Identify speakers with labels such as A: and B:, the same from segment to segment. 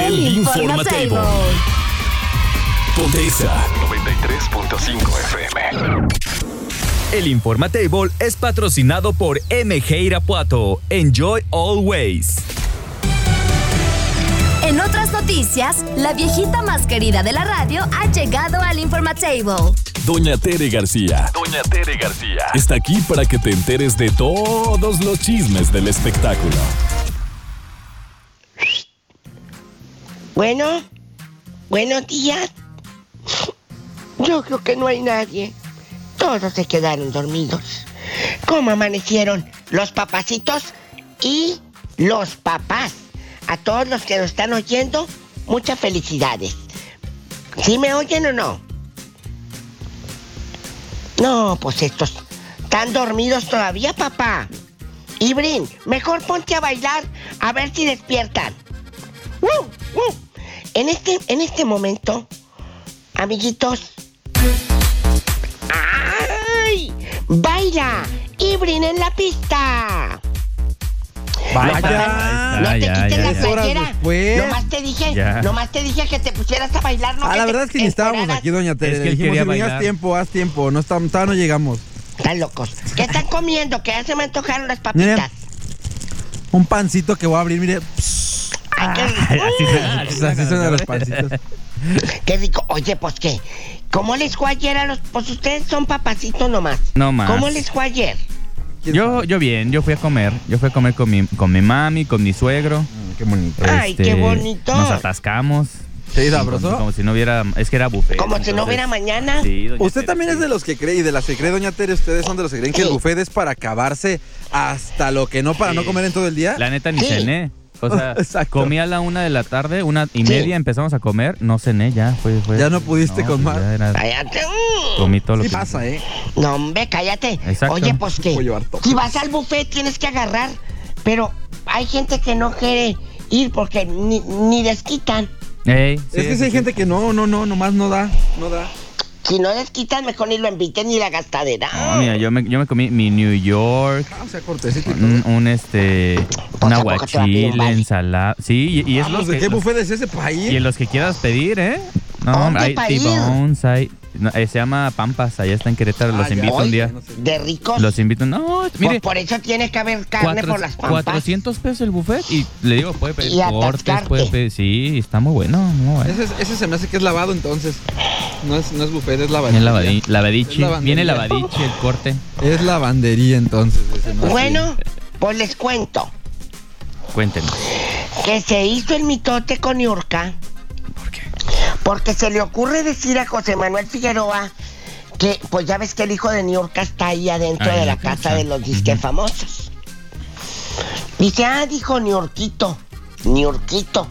A: El Informatable. Ponte Exa
B: 93.5 FM.
C: El Informatable es patrocinado por MG Irapuato. Enjoy always.
D: En otras noticias, la viejita más querida de la radio ha llegado al Informatable.
A: Doña Tere García
B: Doña Tere García.
A: está aquí para que te enteres de todos los chismes del espectáculo.
E: Bueno, buenos días. Yo creo que no hay nadie. Todos se quedaron dormidos. ¿Cómo amanecieron los papacitos y los papás? A todos los que nos están oyendo, muchas felicidades. ¿Sí me oyen o no? No, pues estos están dormidos todavía, papá. Ibrin, mejor ponte a bailar a ver si despiertan. ¡Woo! ¡Woo! En este, en este momento, amiguitos. ¡Ay! ¡Baila! ¡Ibrin en la pista!
F: Vaya.
E: no te
C: ya,
E: quites
C: ya,
E: la
C: ya.
E: playera.
F: Horas después.
E: Nomás te dije,
C: Ya.
E: nomás te dije que te pusieras a bailar. No
F: Ah, la
E: te
F: verdad es que ni estábamos
E: esperaras.
F: aquí, doña Tere.
C: Es que él
F: Dijimos,
C: quería
F: "Irving,
C: bailar".
F: haz tiempo, haz tiempo. No estamos, todavía no llegamos.
E: Están locos. ¿Qué están comiendo? Que ya se me antojaron las papitas.
F: Un pancito que voy a abrir, mire. pues, pss,
E: Ay, qué
C: Ah,
E: rico.
F: pues, así suenan los pancitos.
E: Qué rico. Oye, pues qué. ¿Cómo les fue ayer a los.? Pues ustedes son papacitos nomás.
C: No más.
E: ¿Cómo les fue ayer?
C: Yo, yo bien, yo fui a comer. Yo fui a comer con mi, con mi mami, con mi suegro.
F: Mm,
C: Este,
F: Qué bonito.
E: Ay, qué bonito.
C: Nos atascamos.
F: ¿Sí,
C: Como,
F: sabroso?
C: como si no hubiera. Es que era buffet.
E: Como si no
C: entonces-
E: hubiera mañana.
C: Sí, doña
F: Usted
C: Tere,
F: también
C: sí.
F: es de los que cree y de las que cree, doña Tere. Ustedes son de los que creen que el
E: Sí.
F: buffet es para acabarse hasta lo que no, para no
C: Sí.
F: comer en todo el día.
C: La neta ni
E: Sí.
C: cené. O sea,
F: Exacto.
C: comí a la una de la tarde, una y
E: Sí.
C: media empezamos a comer. No cené ya. Fue, fue-
F: Ya no pudiste con
C: pues,
F: más.
C: ya era-
E: Cállate. Mm.
C: comí todo lo
F: Sí
C: que-
F: pasa, ¿eh?
E: No, hombre, cállate.
C: Exacto.
E: Oye, pues qué.
F: Voy a llevar todo.
E: Si vas al buffet tienes que agarrar. Pero hay gente que no quiere ir porque ni, ni les quitan.
C: Ey, sí,
F: es que si hay
C: sí,
F: gente que no, no, no, nomás no da, no da.
E: Si no les quitan, mejor ni lo inviten ni la gastadera.
C: No, mira, yo me, yo me comí mi New York,
F: Ah, o sea, cortecito. y todo.
C: un, un, este,
E: Pues,
C: un
E: ¿a poco te va a pedir un
C: aguachile,
E: vale?
C: ensalada. Sí, y, y es
F: Vamos,
C: lo
F: Ah, ¿de
C: que,
F: qué
C: los-
F: buffet es ese país?
C: y en los que quieras pedir, ¿eh? No,
E: ¿Dónde
C: hombre, hay
E: pa' ir?
C: T-Bones, hay, no, eh, se llama Pampas, allá está en Querétaro, los
F: Ah, ya.
C: invito un
E: Ay,
C: día.
F: no sé.
E: De ricos.
C: Los invito, no, mire,
E: Pues por eso tiene que haber carne
C: cuatro-
E: por las pampas.
C: 400 pesos el buffet y le digo, puede pedir
E: Y
C: cortes,
E: atascarte.
C: puede pedir, sí, está muy bueno, muy bueno.
F: Ese, es- ese se me hace que es lavado entonces. No es, no es buffet, es
C: Viene
F: lavandería.
C: el lavadi- lavadichi,
F: Es lavandería.
C: viene el lavadichi, el corte,
F: Es lavandería entonces. ese, ¿no?
E: Bueno, pues les cuento
C: cuéntenos.
E: que se hizo el mitote con Yurka
C: ¿Por qué?
E: porque se le ocurre decir a José Manuel Figueroa que, pues ya ves que el hijo de Niurka está ahí adentro
C: Ahí
E: de
C: en
E: la
C: la
E: casa
C: casa.
E: de los disques
C: Ujú.
E: famosos. Dice, ah, dijo Niurquito, Niurquito.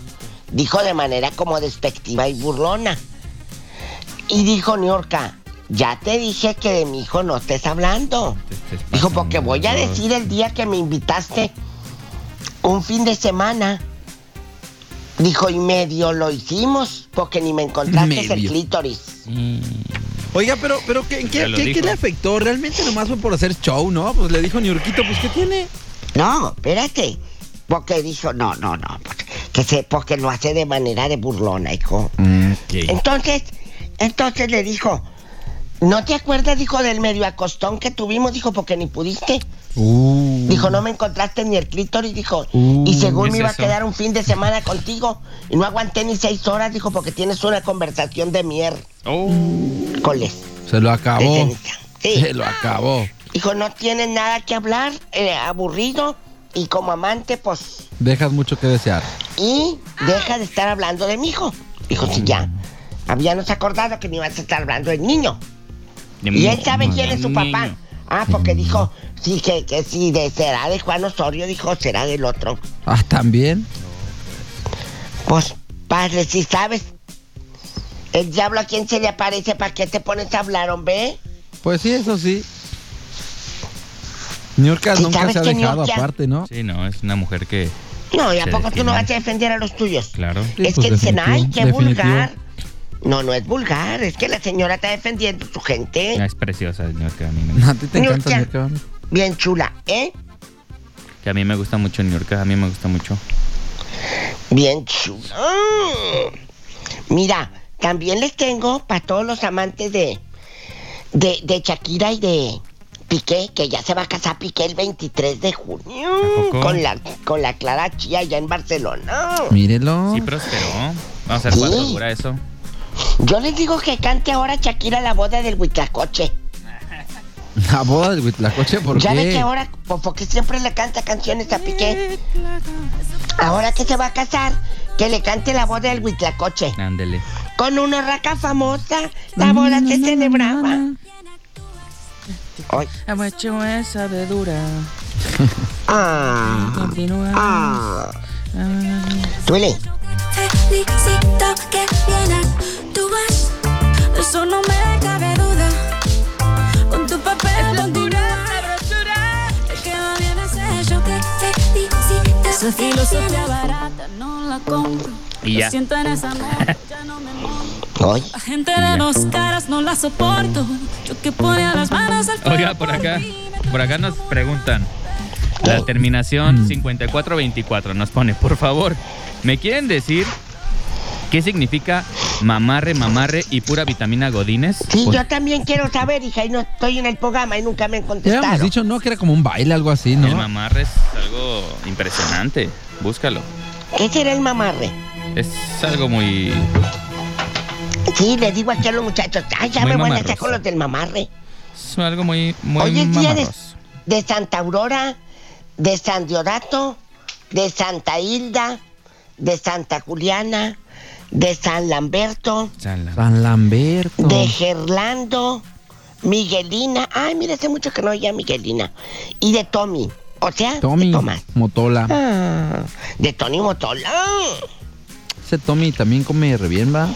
E: Dijo de manera como despectiva y burlona. Y dijo Niurka, ya te dije que de mi hijo no estés hablando.
C: Te estés
E: Dijo,
C: pasando,
E: porque voy a
C: ¿no?
E: decir el día que me invitaste un fin de semana. Dijo, y medio lo hicimos, porque ni me encontraste el
F: Medio.
E: clítoris.
C: Sí.
F: Oiga, pero, pero ¿qué, en qué,
C: Ya lo
F: qué- qué
C: dijo.
F: le afectó? Realmente nomás fue por hacer show, ¿no? Pues le dijo Niurquito, pues ¿qué tiene?
E: No, espérate. Porque dijo, no, no, no. porque- Que se, porque lo hace de manera de burlona, hijo. Entonces, entonces le dijo, ¿no te acuerdas, dijo, del medio acostón que tuvimos? Dijo, porque ni pudiste. Dijo, no me encontraste ni el clítoris, dijo.
C: Mm. Uh,
E: y según
C: ¿qué
E: me
C: es
E: iba
C: eso?
E: a quedar un fin de semana contigo. Y no aguanté ni seis horas, dijo, porque tienes una conversación de miércoles.
C: Oh.
F: Se lo
E: de
F: acabó.
E: ceniza. Sí.
F: Se lo acabó.
E: Dijo, no tienes nada que hablar, eh, aburrido. Y como amante, pues.
F: Dejas mucho que desear.
C: Mm.
E: Y deja de estar hablando de mi hijo. Dijo, sí, ya. Habíamos acordado que me ibas a estar hablando del niño. Y él
C: Mm,
E: sabe quién es su papá. Ah, porque dijo, sí, que, que sí, de, será de Juan Osorio, dijo, será del otro.
F: Ah, también.
E: Pues, padre, si sabes. El diablo a quién se le aparece, ¿para qué te pones a hablar, hombre?
F: Pues sí, eso sí. Niurka
E: Sí,
F: nunca
E: ¿sabes
F: se ha
E: que
F: dejado
E: Niurka?
F: aparte, ¿no?
C: Sí, no, es una mujer que,
E: No, ¿y a
C: Se
E: poco tú
C: defiende.
E: no vas a defender a los tuyos?
C: claro.
F: Sí,
E: es
F: pues,
E: que dicen,
F: definitivo,
E: ay, qué
F: definitivo.
E: vulgar. No, no es vulgar, es que la señora está defendiendo a su gente.
C: Es preciosa, señor, que a mí me,
F: A ti te encanta
E: Niurka.
F: Niurka.
E: Bien chula, ¿eh?
C: que a mí me gusta mucho New York, a mí me gusta mucho.
E: Bien chula. Mm. Mira, también les tengo para todos los amantes de, de, de Shakira y de Piqué, que ya se va a casar Piqué el 23 de junio
C: poco?
E: con la, con la Clara Chía allá en Barcelona.
F: Mírelo.
C: Sí, prosperó. Vamos a hacer
E: Sí.
C: cuatro, dura eso.
E: Yo les digo que cante ahora Shakira la boda del Huitlacoche.
F: La boda del Huitlacoche, ¿por
E: ya ve que
F: qué?
E: ahora, pues, porque siempre le canta canciones a Piqué. Ahora que se va a casar, que le cante la boda del Huitlacoche.
C: Ándele.
E: Con una raca famosa, la boda se celebraba. Ay.
G: Hemos hecho esa de dura.
E: Ah,
G: Continúa.
E: ah. Duele.
H: Felicito que viene tú vas, de eso no me cabe duda. Con tu papel continúa, te queda bien ese yo que felicito. Esa filosofía barata no la compro.
C: Y ya.
H: Lo siento en esa amor, ya no me muevo.
E: Ay.
H: La gente de dos caras no la soporto. Yo que ponía las manos al fuego
C: Oiga, por acá,
H: ti, me
C: por acá nos preguntan.
E: Oh.
C: La terminación 5424 nos pone, por favor, ¿me quieren decir qué significa mamarre, mamarre y pura vitamina Pues, Godines?
E: Sí, yo también quiero saber, hija, y no estoy en el programa y nunca me han
F: Ya habíamos
E: contestado.
F: dicho, ¿no? Que era como un baile, algo así,
C: El
F: ¿no?
C: mamarre es algo impresionante. Búscalo.
E: ¿Qué será el mamarre?
C: Es algo muy.
E: Sí, les digo aquí a los muchachos, ay, ya
C: Muy
E: me van a
C: mamarros.
E: sacar con los del mamarre.
C: Es algo muy. muy
E: Hoy es día de,
C: mamarroso.
E: de Santa Aurora, de San Diodato, de Santa Hilda, de Santa Juliana, de San Lamberto,
C: Chala.
F: San Lamberto.
E: de Gerlando, Miguelina. Ay, mira, hace mucho que no oía a Miguelina. Y de Tommy, o sea,
F: Tommy.
E: de Tomás.
F: Motola.
E: Ah, de Tony Motola.
F: Ese Tommy también come re bien, ¿va?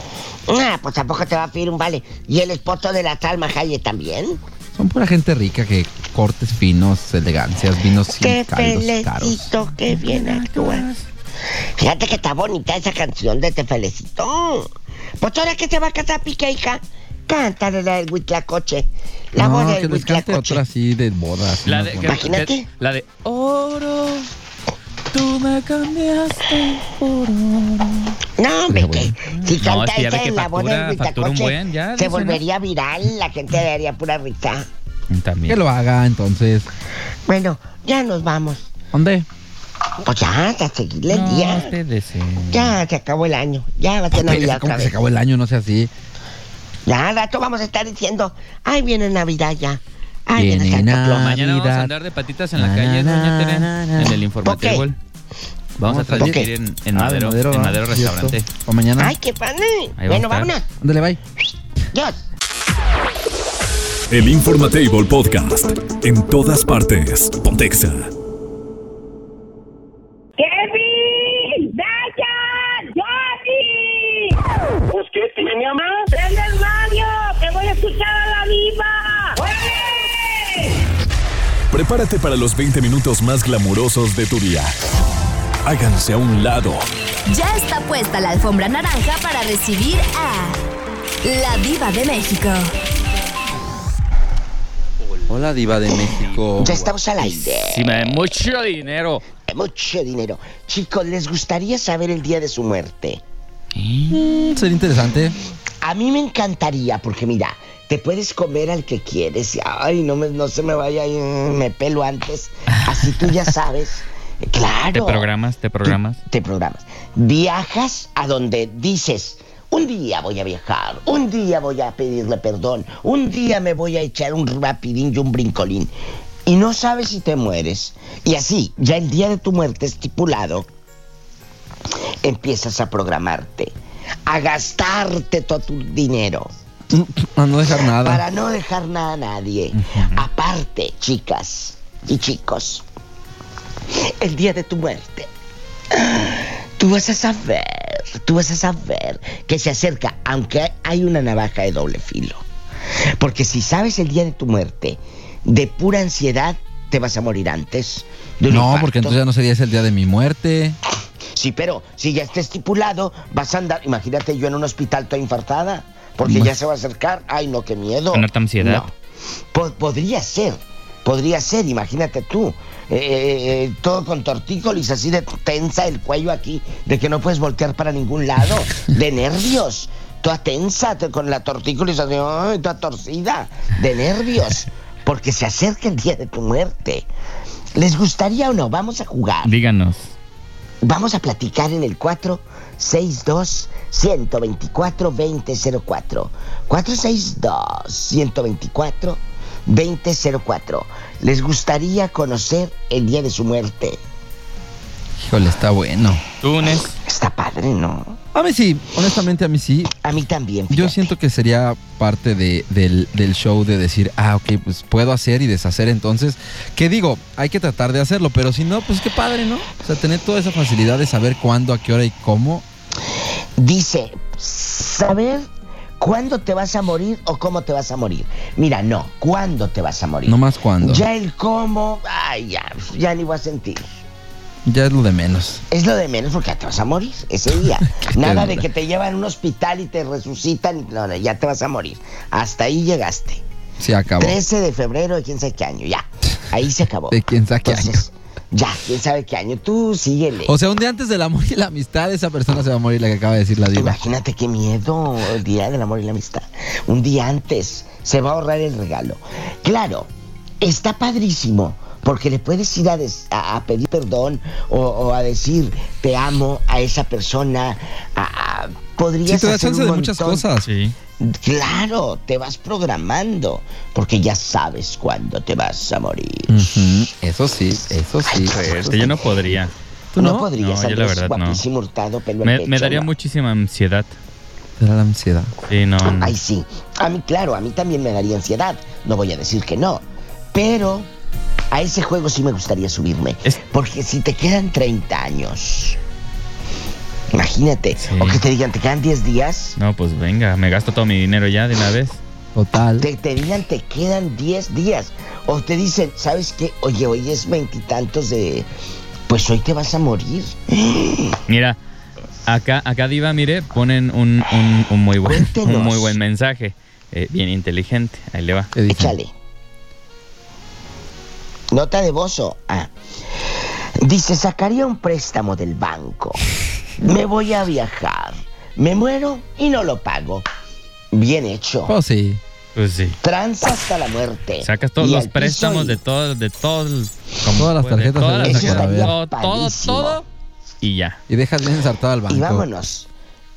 E: Ah, pues tampoco te va a pedir un vale. Y el esposo de la Salma Hayek también.
F: Son pura gente rica que cortes finos, elegancias, vinos
E: Qué
F: sin caldos caros.
E: felicito, qué bien actúas. Fíjate que está bonita esa canción de Te felicito. Pues ahora que se va a casar Piqué, hija, cántale la del Huitlacoche. La
F: no,
E: voz
F: que
E: del
F: les cante
E: Huitlacoche.
F: otra así de bodas.
C: La de, que-
E: Imagínate.
C: que- la de.
G: Oro, tú me cambiaste por oro.
E: No, hombre, que si
C: No,
E: canta
C: es que ya ve
E: esa
C: que
E: en la voz del
C: factura- factura un
E: Huitlacoche,
C: buen, ya,
E: se
C: dice, ¿no?
E: volvería viral, la gente daría pura risa.
C: Mm, También.
F: Que lo haga, entonces.
E: Bueno, ya nos vamos.
F: ¿Dónde?
E: Pues ya, a seguirle el
C: No,
E: día.
C: espérese.
E: Ya se acabó el año, ya va a ser
F: Oye,
E: Navidad
F: como
E: otra
F: que se
E: vez.
F: acabó el año, no sé así.
E: Ya al rato vamos a estar diciendo, ay viene Navidad ya, ay viene,
F: Viene
E: Santa Claus.
C: Mañana vamos
F: Navidad.
C: a andar de patitas en la
F: Na,
C: calle,
F: na,
C: doña Tere,
F: na, na.
C: en el informativo.
E: Ok.
C: Vamos a
F: Ok.
C: transmitir en, en
F: Ah, de
C: Madero, en
F: ¿va?
C: Madero
F: Cierto.
C: Restaurante.
F: O mañana.
E: Ay, qué padre.
C: Ahí
E: Bueno,
C: va a estar.
E: vámonos.
F: Ándale, bye.
E: Dios.
A: El Informatable Podcast. En todas partes. Pontexa.
I: ¡Kevin! ¡Dayan! ¡Johnny! ¿Pues qué tiene, mamá? ¡Prende el radio! ¡Que voy a escuchar a la viva! ¡Oye!
A: Prepárate para los 20 minutos más glamurosos de tu día. Háganse a un lado.
D: Ya está puesta la alfombra naranja para recibir a la diva de México.
F: Hola, Diva de México.
E: Ya estamos al aire.
C: Sí, me da mucho dinero.
E: Mucho dinero. Chicos, ¿les gustaría saber el día de su muerte?
F: Sería interesante.
E: A mí me encantaría, porque mira, te puedes comer al que quieres. y, Ay, no, me, no se me vaya, eh, me pelo antes. Así tú ya sabes.
C: Te
E: Claro.
C: programas, te programas.
E: Te programas. Viajas a donde dices, un día voy a viajar, un día voy a pedirle perdón, un día me voy a echar un rapidín y un brincolín. Y no sabes si te mueres. Y así, ya el día de tu muerte estipulado, empiezas a programarte. a gastarte todo tu dinero.
F: A no dejar nada.
E: Para no dejar nada a nadie. Aparte, chicas y chicos, el día de tu muerte, tú vas a saber, tú vas a saber que se acerca, aunque hay una navaja de doble filo. Porque si sabes el día de tu muerte, de pura ansiedad, te vas a morir antes. de un
F: no,
E: infarto.
F: porque entonces ya no sería el día de mi muerte.
E: Sí, pero si ya está estipulado, vas a andar. Imagínate yo en un hospital toda infartada, porque ya se va a acercar. Ay, no, qué miedo.
C: Con harta ansiedad.
E: No. Po- podría ser, podría ser, imagínate tú. Eh, eh, eh, todo con tortícolis, así de tensa el cuello aquí, de que no puedes voltear para ningún lado, de nervios. Toda tensa, te- con la tortícolis así, ay, toda torcida, de nervios, porque se acerca el día de tu muerte. ¿Les gustaría o no? Vamos a jugar.
C: Díganos.
E: Vamos a platicar en el 462 124 2004. 462 124 2004. Les gustaría conocer el día de su muerte.
F: Híjole, está bueno.
C: Túnez.
E: Está padre, ¿no?
F: A mí sí, honestamente a mí sí.
E: A mí también.
F: Yo
E: fíjate.
F: siento que sería parte de- del, del show de decir, ah, ok, pues puedo hacer y deshacer entonces. ¿Qué digo? Hay que tratar de hacerlo, pero si no, pues qué padre, ¿no? O sea, tener toda esa facilidad de saber cuándo, a qué hora y cómo.
E: Dice, saber cuándo te vas a morir o cómo te vas a morir. Mira, no, cuándo te vas a morir.
F: No más cuándo. Ya,
E: Ya el cómo, ay, ya, ya ni voy a sentir.
F: es lo de menos.
E: Es lo de menos porque ya te vas a morir ese día. Nada de
F: terrible.
E: que te llevan a un hospital y te resucitan. No, no, ya te vas a morir. Hasta ahí llegaste.
F: Se acabó.
E: 13 de febrero de quién sabe qué año, ya. Ahí se acabó.
F: De quién sabe qué
E: Entonces, Ya, quién sabe qué año. Tú síguele.
F: O sea, un día antes del amor y la amistad, esa persona se va a morir, la que acaba de decir la diva.
E: Imagínate qué miedo el día del amor y la amistad. Un día antes se va a ahorrar el regalo. Claro, está padrísimo. Porque le puedes ir a, des- a- a pedir perdón o, o a decir te amo a esa persona. A, a-
F: Sí,
E: podrías
F: te da
E: hacer
F: chance
E: un
F: de muchas
E: montón.
F: cosas.
C: Sí.
E: Claro, te vas programando. Porque ya sabes cuándo te vas a morir. pues,
F: Ujú, Eso sí, eso sí.
C: Este, yo no podría.
F: ¿Tú
E: no?
F: no?
E: podrías,
C: No, yo la
E: Andrés,
C: verdad no.
E: guapísimo, hurtado, pelo en
C: Me,
E: pecho,
C: me daría
E: no.
C: muchísima ansiedad.
F: Te da la ansiedad.
C: Sí, no. no.
E: Ay, sí. A mí, claro, a mí también me daría ansiedad. No voy a decir que no. Pero a ese juego sí me gustaría subirme.
C: Es-
E: Porque si te quedan 30 años. Imagínate.
C: Sí.
E: O que te digan, te quedan 10 días.
C: No, pues venga, me gasto todo mi dinero ya de una vez.
F: Total.
E: Te, te digan, te quedan 10 días. O te dicen, ¿sabes qué? Oye, hoy es veintitantos de. Pues hoy te vas a morir.
C: Mira, acá, acá Diva, mire, ponen un, un- un muy, buen,
E: Cuéntenos.
C: un muy buen mensaje. Eh, bien inteligente. Ahí le va.
F: ¿Qué dicen?
E: Échale. Nota de bozo. Ah. Dice, sacaría un préstamo del banco. Me voy a viajar. Me muero y no lo pago. Bien hecho.
F: Oh, sí.
C: Pues sí.
E: Tranza hasta la muerte.
C: Sacas todos
E: Y
C: los
E: al piso
C: préstamos
E: y-
C: de todo, de todo, el-
F: Todas
C: pues,
F: las
C: de
F: tarjetas
C: todas
F: ahí
C: las
E: Eso
C: tarjetas,
E: estaría
C: todo, todo,
E: padrísimo.
C: todo, y ya.
F: Y dejas bien ensartado al banco.
E: Y vámonos.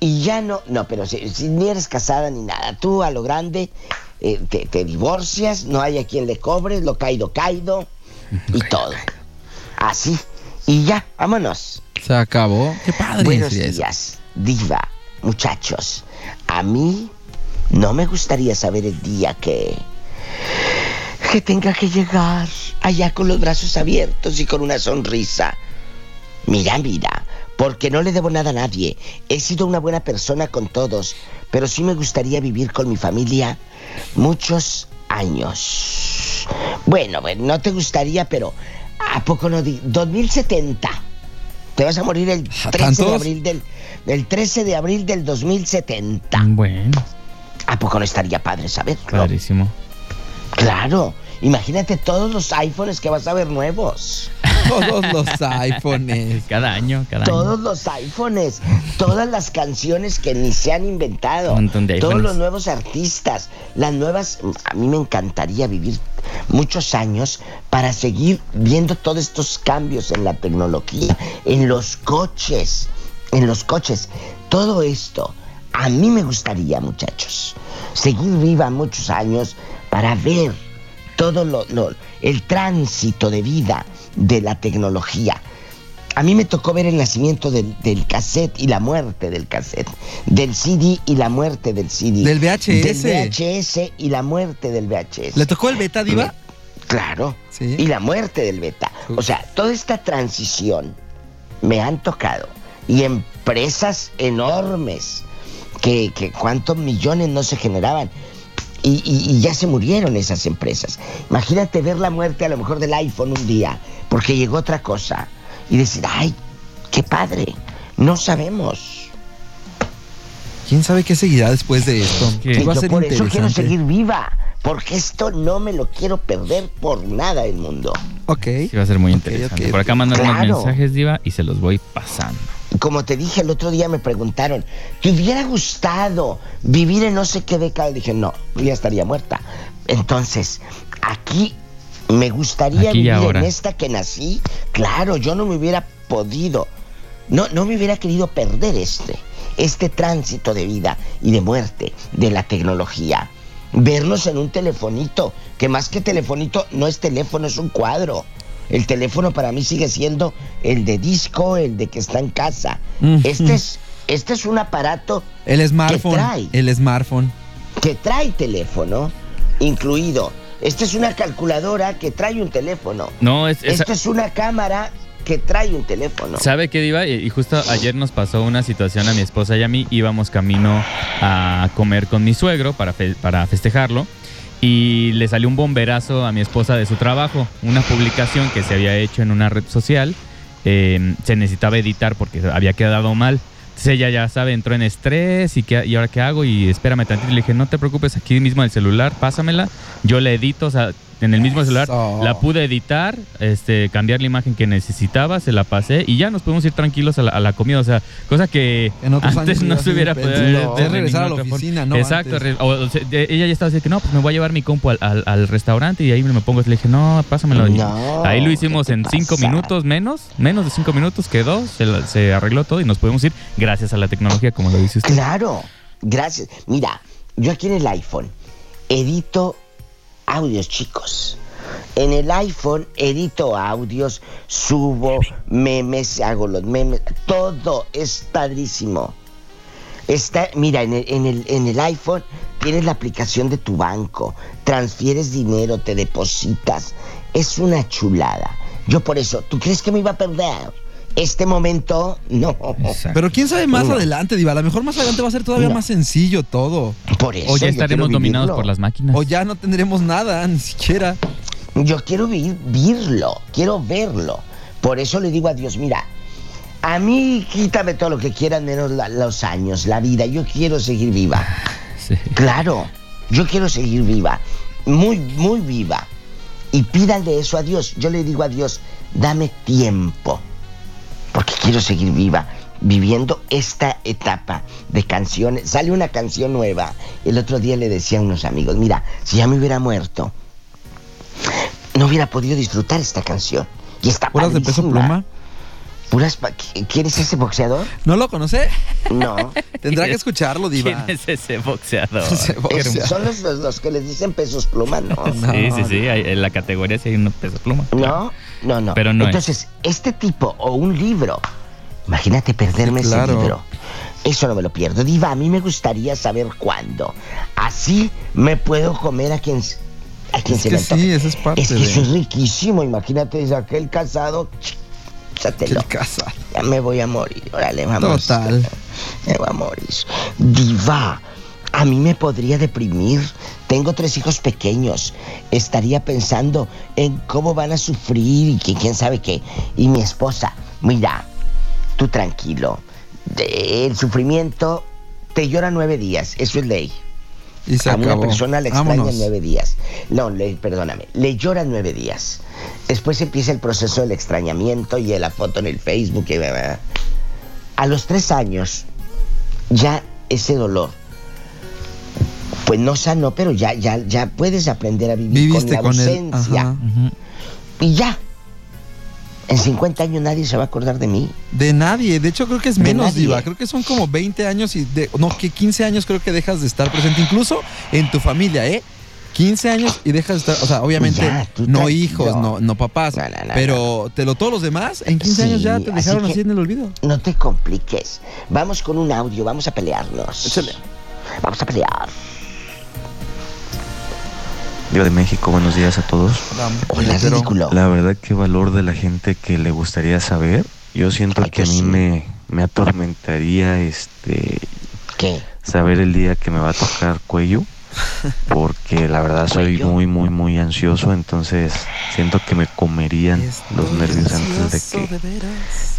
E: Y ya no, no, pero si, si ni eres casada ni nada, tú a lo grande eh, te, te divorcias, no hay a quien le cobres, lo caído, caído y todo. Así. Y ya, vámonos.
F: Se acabó. Qué padre
E: Buenos
F: sería eso.
E: días, diva, muchachos. A mí no me gustaría saber el día que que tenga que llegar allá con los brazos abiertos y con una sonrisa. Mira, mira, porque no le debo nada a nadie. He sido una buena persona con todos, pero sí me gustaría vivir con mi familia muchos años. Bueno, bueno, no te gustaría, pero ¿a poco no? di- 2070. Te vas a morir el 13 de
F: ¿Tantos?
E: abril del, el 13 de abril del 2070.
C: Bueno,
E: ¿A poco no estaría Mm. padre saberlo?
C: padrísimo.
E: Claro, imagínate todos los iPhones que vas a ver nuevos.
F: Todos los iPhones.
C: Cada año, cada
E: Todos
C: año.
E: los iPhones, todas las canciones que ni se han inventado,
C: Un montón de
E: todos
C: iPhones.
E: los nuevos artistas, las nuevas. A mí me encantaría vivir muchos años para seguir viendo todos estos cambios en la tecnología, en los coches, en los coches. Todo esto a mí me gustaría, muchachos, seguir viva muchos años para ver todo lo- lo- el tránsito de vida de la tecnología. A mí me tocó ver el nacimiento del, del cassette y la muerte del cassette. Del CD y la muerte del CD.
F: Del VHS.
E: Del VHS y la muerte del VHS.
F: ¿Le tocó el beta, Diva?
E: Claro.
F: Sí.
E: Y la muerte del beta. O sea, toda esta transición me han tocado. Y empresas enormes. Que, que cuántos millones no se generaban. Y, y- y ya se murieron esas empresas. Imagínate ver la muerte a lo mejor del iPhone un día, porque llegó otra cosa. Y decir, ay, qué padre. No sabemos.
F: ¿Quién sabe qué seguirá después de esto? Pues
C: ¿Qué?
E: Y
F: Va a
E: yo
F: ser
E: por eso quiero
F: interesante.
E: seguir viva, porque esto no me lo quiero perder por nada el mundo.
F: Ok.
C: Sí, va a ser muy
F: Ok,
C: interesante.
F: ok.
C: Por acá mandan unos
E: Claro.
C: mensajes, Diva, y se los voy pasando.
E: Como te dije el otro día, me preguntaron, ¿te hubiera gustado vivir en no sé qué década? Dije, no, ya estaría muerta. Entonces, aquí me gustaría
C: Aquí y
E: vivir
C: ahora.
E: en esta que nací. Claro, yo no me hubiera podido, no, no me hubiera querido perder este, este tránsito de vida y de muerte de la tecnología. Vernos en un telefonito, que más que telefonito no es teléfono, es un cuadro. El teléfono para mí sigue siendo el de disco, el de que está en casa.
F: Ujú.
E: Este es, este es un aparato
F: El
E: ¿Qué
F: smartphone.
E: trae?
F: El smartphone.
E: que trae teléfono incluido. Esta es una calculadora que trae un teléfono.
C: No, es, es-
E: Esta es una cámara que trae un teléfono.
C: ¿Sabe qué, Diva? Y- Y justo ayer nos pasó una situación a mi esposa y a mí. Íbamos camino a comer con mi suegro para, fe- para festejarlo. Y le salió un bomberazo a mi esposa de su trabajo. Una publicación que se había hecho en una red social. eh, se necesitaba editar porque había quedado mal. Entonces ella ya sabe, entró en estrés y, qué- y ahora qué hago y espérame tantito. Y le dije, no te preocupes, aquí mismo en el celular, pásamela. Yo la edito, o sea, en el mismo celular
F: Eso.
C: la pude editar, este, cambiar la imagen que necesitaba, se la pasé y ya nos pudimos ir tranquilos a la, a la comida. O sea, cosa que
F: En otros
C: antes
F: años
C: no
F: hubiera
C: se
F: sido
C: hubiera
F: un
C: podido.
F: pedo.
C: hacer de
F: Es
C: ninguna
F: regresar a la
C: otra forma.
F: oficina, ¿no?
C: Exacto.
F: Antes.
C: re- o- o sea, de- ella ya estaba así de que no, pues me voy a llevar mi compu al, al- al restaurante y ahí me pongo. Le dije, no, pásamelo. Y-
E: No,
C: Ahí lo
E: ¿qué
C: hicimos
E: te
C: en cinco
E: pasa?
C: minutos menos, menos de cinco minutos quedó, se, la- se arregló todo y nos pudimos ir gracias a la tecnología, como lo dice usted.
E: Claro, gracias. Mira, yo aquí en el iPhone edito audios, chicos. En el iPhone edito audios, subo memes, hago los memes, todo es padrísimo. Está, mira, en el, en el- en el iPhone tienes la aplicación de tu banco, transfieres dinero, te depositas. Es una chulada. Yo por eso, ¿tú crees que me iba a perder? Este momento, no.
C: Exacto.
F: Pero quién sabe más
E: No.
F: adelante, Diva. A lo mejor más adelante va a ser todavía
E: No.
F: más sencillo todo.
E: Por eso.
C: o
E: yo
C: ya estaremos
E: quiero
C: dominados
E: vivirlo.
C: por las máquinas.
F: O ya no tendremos nada, ni siquiera.
E: Yo quiero vivirlo, quiero verlo. Por eso le digo a Dios, mira, a mí quítame todo lo que quieran menos la- los años, la vida. Yo quiero seguir viva.
C: Sí.
E: Claro, yo quiero seguir viva, muy, muy viva. Y pídanle eso a Dios. Yo le digo a Dios, dame tiempo, porque quiero seguir viva, viviendo esta etapa de canciones. Sale una canción nueva. El otro día le decía a unos amigos, mira, si ya me hubiera muerto, no hubiera podido disfrutar esta canción. Y está
F: ¿Horas de peso
E: padrísima.
F: pluma?
E: Puras pa- ¿Quién es ese boxeador?
F: ¿No lo conoce?
E: No.
F: Tendrá que escucharlo,
C: ¿Quién
F: Diva.
C: es ese boxeador?
F: Ese
E: Es-
F: boxeador.
E: son los, los- los que les dicen pesos pluma, ¿no?
F: No,
C: sí, sí, sí, hay- en la categoría sí hay un peso pluma.
E: No, no, no.
C: Pero no es.
E: Entonces, este tipo o un libro, imagínate perderme
F: Sí, claro.
E: ese libro. Eso no me lo pierdo. Diva, a mí me gustaría saber cuándo. Así me puedo comer a quien, s- a quien
F: Es
E: se
F: que
E: me antoje.
F: sí, esa es parte
E: Es que
F: de-
E: eso es riquísimo. Imagínate, dice aquel casado. Sátelo.
F: El casa.
E: Ya me voy a morir. Órale, vamos.
F: Total.
E: Me voy a morir. Diva, a mí me podría deprimir. Tengo tres hijos pequeños. Estaría pensando en cómo van a sufrir y que quién sabe qué. Y mi esposa, mira, tú tranquilo. De- El sufrimiento te llora nueve días. Eso es ley.
F: Y se
E: a
F: acabó.
E: una persona le extraña
F: Vámonos.
E: nueve días. No, le, perdóname, le llora nueve días. Después empieza el proceso del extrañamiento y de la foto en el Facebook. y bla, bla, bla. A los tres años, ya ese dolor, pues no sanó, pero ya, ya, ya puedes aprender a vivir con
F: Viviste
E: la
F: con él.
E: ausencia.
F: Ajá.
C: Ujú.
E: Y ya. En 50 años nadie se va a acordar de mí.
F: De nadie. De hecho, creo que es
E: De
F: menos,
E: nadie.
F: Diva. Creo que son como 20 años y de, no, que 15 años creo que dejas de estar presente, incluso en tu familia, ¿eh? 15 años y dejas de estar, o sea, obviamente
E: Ya, tú
F: no
E: tranquilo.
F: hijos, no, no papás,
E: No, no, no,
F: pero te lo todos los demás en 15 años
E: Sí,
F: ya te
E: así
F: dejaron
E: que-
F: así en el olvido.
E: No te compliques. Vamos con un audio, vamos a pelearnos.
J: Échale.
E: Vamos a pelear.
J: Diva de México, buenos días a todos.
E: Hola,
F: Pero-
E: ridículo.
J: La verdad, qué valor de la gente que le gustaría saber. Yo siento
E: Ay,
J: que a
E: pues
J: mí
E: sí.
J: me, me atormentaría este
E: ¿Qué?
J: saber el día que me va a tocar cuello, porque la verdad soy
E: ¿Cuello?
J: muy, muy, muy ansioso, entonces siento que me comerían los nervios antes de que,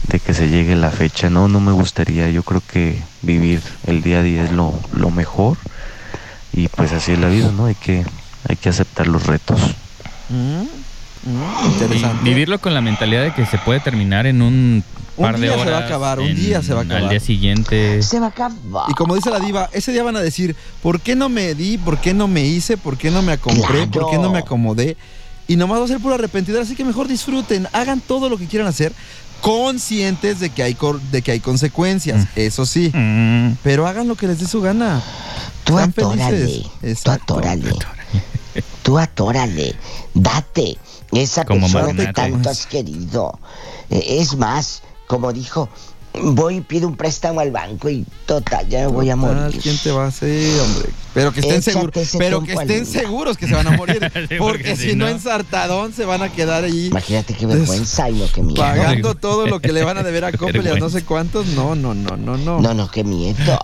J: de que se llegue la fecha. No, no me gustaría, yo creo que vivir el día a día es lo, lo mejor y pues así es la vida, ¿no? Hay que, hay que aceptar los retos.
F: Mm, Interesante.
C: Vi- vivirlo con la mentalidad de que se puede terminar en un
F: Un
C: par de
F: día se
C: horas.
F: va a acabar, un
C: en-
F: día se va a acabar.
C: Al día siguiente.
E: Se va a acabar.
F: Y como dice la diva, ese día van a decir, ¿por qué no me di? ¿Por qué no me hice? ¿Por qué no me acomodé? ¿Por qué no me acomodé? Y nomás va a ser pura arrepentida, así que mejor disfruten, hagan todo lo que quieran hacer, conscientes de que hay, cor- de que hay consecuencias, eso sí.
C: Mm.
F: Pero hagan lo que les dé su gana.
E: Tú
F: Sean
E: atórale.
F: felices.
E: Tú
F: Exacto.
E: atórale. Tú atórale. Date. Esa
C: Como
E: persona
C: magnate.
E: que tanto has querido. Eh, Es más, como dijo, voy y pido un préstamo al banco y total, ya me voy a
F: Total,
E: morir.
F: ¿Quién te va a hacer, hombre? Pero que estén
E: Échate
F: seguros.
E: ese
F: Pero que
E: trompo al
F: estén
E: hígado.
F: seguros que se van a morir. porque,
C: porque
F: si
C: si
F: no,
C: no-
F: en Sartadón se van a quedar ahí
E: Imagínate qué vergüenza y no qué miedo.
F: pagando todo lo que le van a deber a Coppel y a no sé cuántos. No, no, no, no, no.
E: No, no, qué miedo.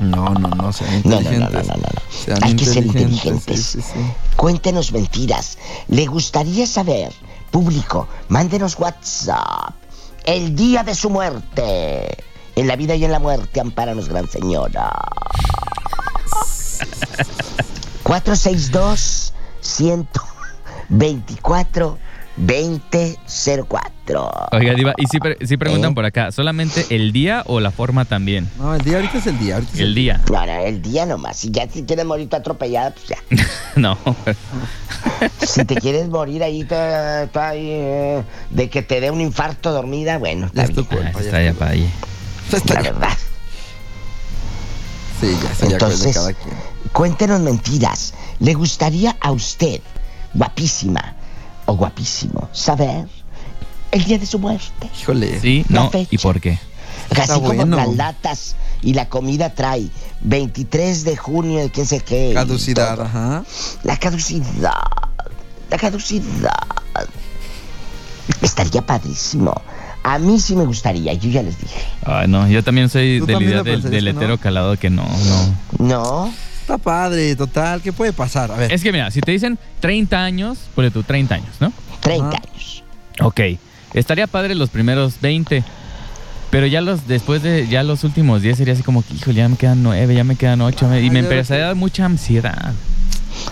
F: No, no, no, sean
E: No, no, no, no,
F: inteligentes.
E: no, no.
F: Sean
E: Hay que ser inteligentes.
F: sí, sí, sí.
E: Cuéntenos mentiras. ¿Le gustaría saber? Público, mándenos WhatsApp. El día de su muerte. En la vida y en la muerte, amparanos, gran señora. 462 124 2004.
C: Oiga, Diva, y si, pre- si preguntan
E: ¿Eh?
C: por acá, ¿solamente el día o la forma también?
F: No, el día ahorita es el día. Ahorita es
C: El día.
E: No, no, el día nomás. Si ya te quieres morir tú atropellada, pues ya.
C: No.
E: Si te quieres morir ahí, ta- ta- ahí, eh, de que te dé un infarto dormida, bueno,
F: Ya
E: está
F: es tu
E: bien,
C: Ah,
F: culpa. ya
C: Está ya
F: es tu culpa.
C: para allí.
F: Ya está
E: la
F: ya.
E: verdad.
F: Sí, ya, sí, ya cuál de
E: Entonces,
F: cada quien.
E: cuéntenos mentiras. ¿Le gustaría a usted, guapísima o guapísimo, saber el día de su muerte?
F: Híjole.
C: Sí,
E: La
C: no.
E: fecha.
C: ¿Y por qué?
E: Casi como
F: bueno.
E: las latas y la comida trae 23 de junio, de quién sé qué. y
F: Caducidad,
E: todo.
F: ajá.
E: La caducidad. La caducidad. Estaría padrísimo. A mí sí me gustaría, yo ya les dije.
C: Ay, no, yo también soy
F: Tú
C: de la
F: también
C: idea
F: lo
C: del,
F: pensarías
C: del
F: que no.
C: hetero calado que no, no.
E: No,
F: Está padre, total. ¿Qué puede pasar? A ver.
C: Es que mira, si te dicen 30 años, ponle tú 30 años, ¿no?
E: 30
F: Ajá.
E: años.
C: Ok. Estaría padre los primeros 20. Pero ya los, después de, ya los últimos 10 sería así como que, híjole, ya me quedan 9, ya me quedan 8.
F: Ay,
C: Y me
F: yo creo
C: empezaría a dar mucha ansiedad.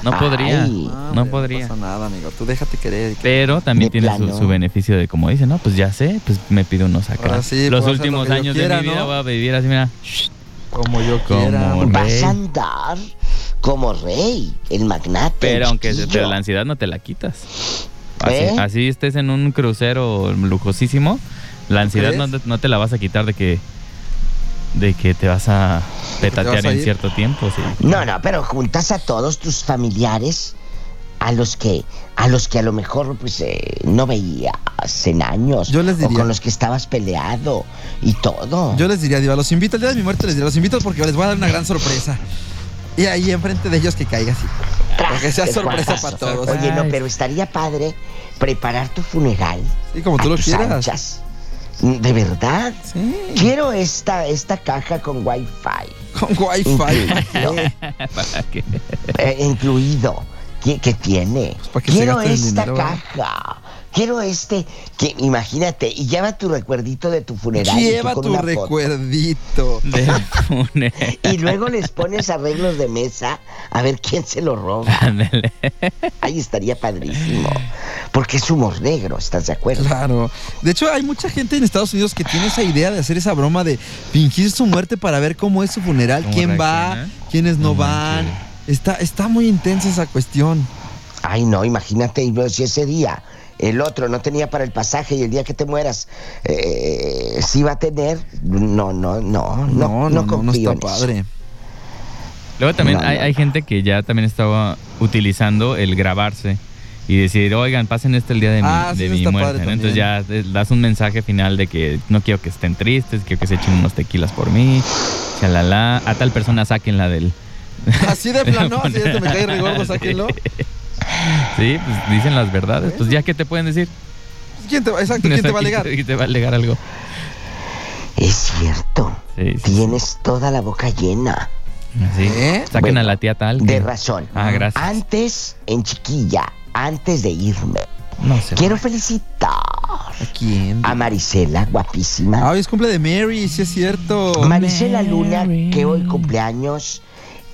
C: No podría,
E: Ay.
F: Ah,
C: no
F: hombre,
C: podría.
F: No pasa nada, amigo. Tú déjate querer.
C: Pero también
E: De
C: tiene su,
E: plano.
C: su beneficio de como dicen, no, pues ya sé, pues me pido unos acá.
F: Ahora sí,
C: Los
F: puedo hacer lo
C: últimos
F: que yo
C: años
F: quiera,
C: de mi vida
F: ¿no?
C: voy a vivir así, mira.
F: Como yo
C: Como
F: quiera.
C: Por
E: Vas
C: rey.
E: a andar como rey, el magnate.
C: Pero aunque se-
E: te
C: pero la ansiedad no te la quitas. Así,
E: ¿Eh?
C: así estés en un crucero lujosísimo, la ansiedad no,
F: crees?
C: no te la vas a quitar de que de que te vas a
F: que te vas
C: petatear
F: a
C: en
F: ir.
C: cierto tiempo, sí.
E: No, no, pero juntas a todos tus familiares a los que a los que a lo mejor pues eh, no veías en años
F: Yo les
E: o
F: diría-
E: con los que estabas peleado y todo.
F: Yo les diría, Diva, los invito el día de mi muerte, les diría, los invito porque les voy a dar una gran sorpresa. Y ahí enfrente de ellos que caiga así. Para que sea
E: de
F: sorpresa
E: guapas.
F: para todos.
E: Oye, no,
C: Ay.
E: pero estaría padre preparar tu funeral
F: Sí, como
E: a
F: tú lo
E: tus
F: quieras.
E: anchas. De verdad.
F: Sí.
E: Quiero esta esta caja con wifi.
F: Con wifi. ¿para qué?
C: ¿Para qué?
E: eh, incluido que, que tiene.
F: Pues, para que se
E: Quiero
F: gaste el
E: esta
F: dinero, eh? ¿verdad?
E: caja. Quiero este, que imagínate, y lleva tu recuerdito de tu funeral. y tú
F: Lleva
E: con
F: tu
E: una foto.
F: recuerdito.
C: De funeral.
E: Y luego les pones arreglos de mesa a ver quién se lo roba.
C: Ándale.
E: Ahí estaría padrísimo. Porque es humor negro, ¿estás de acuerdo?
F: Claro. De hecho, hay mucha gente en Estados Unidos que tiene esa idea de hacer esa broma de fingir su muerte para ver cómo es su funeral,
C: ¿Cómo
F: quién va,
C: reacciona?
F: quiénes no
C: No
F: van.
C: manches.
F: Está, está muy intensa esa cuestión.
E: Ay, no, imagínate, y luego si ese día el otro no tenía para el pasaje y el día que te mueras eh, sí va a tener. No, no, no, no, no,
F: No, no, no, no,
E: confío
F: está
E: en eso.
F: padre.
C: Luego también
J: No,
C: hay,
J: no,
C: hay gente que ya también estaba utilizando el grabarse y decir, oigan, pasen este el día de mi,
F: Ah, sí,
C: de
F: eso
C: mi
F: está
C: muerte.
F: padre
C: ¿no? Entonces ya
F: también.
C: eh, das un mensaje final de que no quiero que estén tristes, quiero que se echen unos tequilas por mí, chalala. A tal persona sáquenla del...
F: Así de plano, así de, este me cae rigordo, sáquenlo.
C: Sí, pues dicen las verdades. Pues ya, ¿qué te pueden decir?
F: ¿Quién te, va- exacto, ¿quién te va a ligar?
C: te va a alegar algo.
E: Es cierto.
C: Sí, sí,
E: Tienes toda la boca llena.
C: Sí.
F: ¿Eh?
C: Saquen
E: Pues, Bueno,
C: a la tía tal.
E: De
C: que-
E: razón.
C: Ah, gracias.
E: Antes, en chiquilla, antes de irme,
C: No sé.
E: quiero felicitar
F: ¿A quién?
E: a Marisela, guapísima.
F: Ah, hoy es cumple de Mary, sí es cierto.
E: Marisela Luna, que hoy cumpleaños.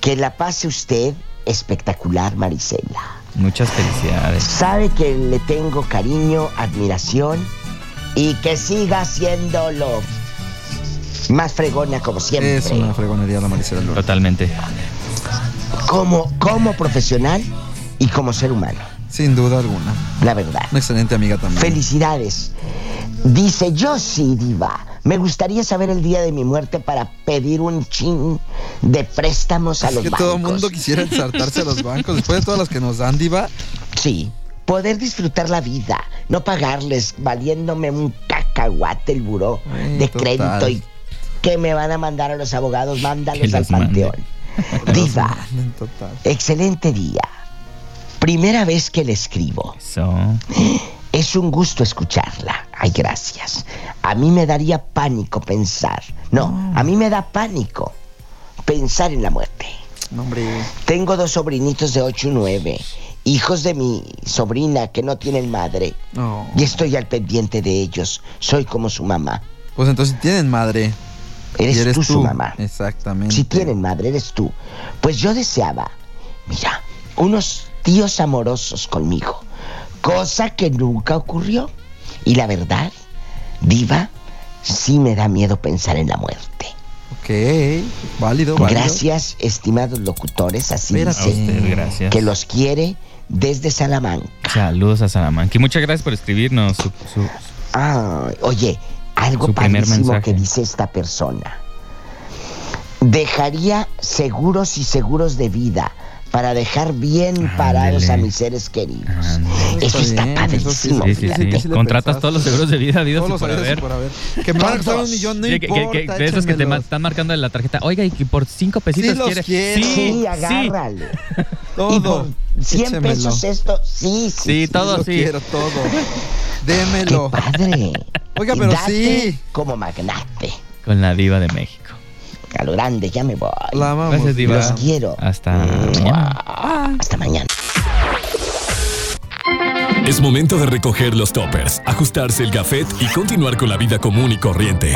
E: Que la pase usted espectacular, Marisela.
C: Muchas felicidades.
E: Sabe que le tengo cariño, admiración y que siga siéndolo. Más fregona como siempre.
F: Es una fregonería la Maricela Luna.
C: Totalmente.
E: como, como profesional y como ser humano,
F: Sin duda alguna.
E: la verdad.
F: Una excelente amiga también.
E: Felicidades. Dice, yo sí, diva. Me gustaría saber el día de mi muerte para pedir un chin de préstamos a
F: Es
E: los
F: que
E: bancos.
F: todo mundo quisiera ensartarse a los bancos. Después de todas las que nos dan, Diva,
E: Sí, poder disfrutar la vida, no pagarles valiéndome un cacahuate el buró
F: Eh,
E: de
F: total.
E: crédito y que me van a mandar a los abogados, mándalos
C: Que
E: al
C: los mande.
E: panteón. Diva,
F: en total.
E: excelente día. Primera vez que le escribo.
C: Eso.
E: Es un gusto escucharla. Ay, gracias. A mí me daría pánico pensar. No,
C: Ah.
E: a mí me da pánico pensar en la muerte.
F: No, hombre.
E: Tengo dos sobrinitos de 8 y 9, hijos de mi sobrina que no tienen madre.
F: No.
E: Y estoy al pendiente de ellos. Soy como su mamá.
F: Pues entonces tienen madre.
E: Eres,
F: y eres
E: tú, su mamá.
F: Exactamente.
E: Si tienen madre, eres tú. Pues yo deseaba, mira, unos tíos amorosos conmigo. Cosa que nunca ocurrió. Y la verdad, Diva, sí me da miedo pensar en la muerte.
F: Ok. Válido, válido.
E: Gracias, estimados locutores. Así
F: Espérate.
C: A
E: dice
C: usted, gracias.
E: que los quiere desde Salamanca.
C: Saludos a Salamanca. Y muchas gracias por escribirnos. Su, su-
E: Ah, oye, algo
C: Su primer
E: padrísimo
C: mensaje.
E: que dice esta persona. Dejaría seguros y seguros de vida para dejar bien parados a
C: Ándale.
E: mis seres queridos.
C: Ándale.
E: Eso está
F: bien,
E: padrísimo.
C: sí, sí, sí.
F: fíjate. Sí le
C: Contratas
F: pensaste.
C: todos los seguros de vida, Dios,
F: Todos los
C: por
F: sabidos y
C: haber.
F: por haber. Que me van a costar un millón, no
C: Sí, que- que- que-
F: importa.
C: de esos que te ma-
F: échamelos.
C: están marcando en la tarjeta. Oiga, y que por cinco pesitos
F: los
C: quiere.
F: quiero.
E: Sí,
C: Sí, sí,
E: agárralo. Y
F: Todo.
E: por 100
F: Échemelo.
E: pesos esto, sí, sí.
C: Sí,
E: sí.
C: todo
F: Lo
C: sí.
F: quiero todo.
E: Qué
F: Démelo.
E: padre.
F: Oiga, pero
E: Date
F: sí.
E: Como magnate.
C: Con la diva de México.
E: A lo grande, ya me voy.
F: La amamos.
C: Gracias, Diva.
E: Los quiero.
C: Hasta mañana.
E: Hasta mañana.
A: Es momento de recoger los toppers, ajustarse el gafet y continuar con la vida común y corriente.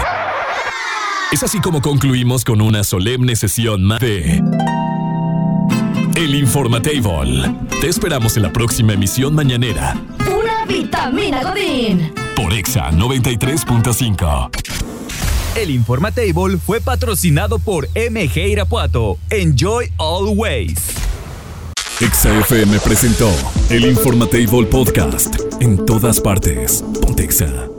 A: Es así como concluimos con una solemne sesión más de El Informatable. Te esperamos en la próxima emisión mañanera
D: Una vitamina Godín.
A: por Exa 93.5.
K: El Informatable fue patrocinado por MG Irapuato. Enjoy always.
A: Exa FM presentó El Informatable Podcast. En todas partes. Pontexa.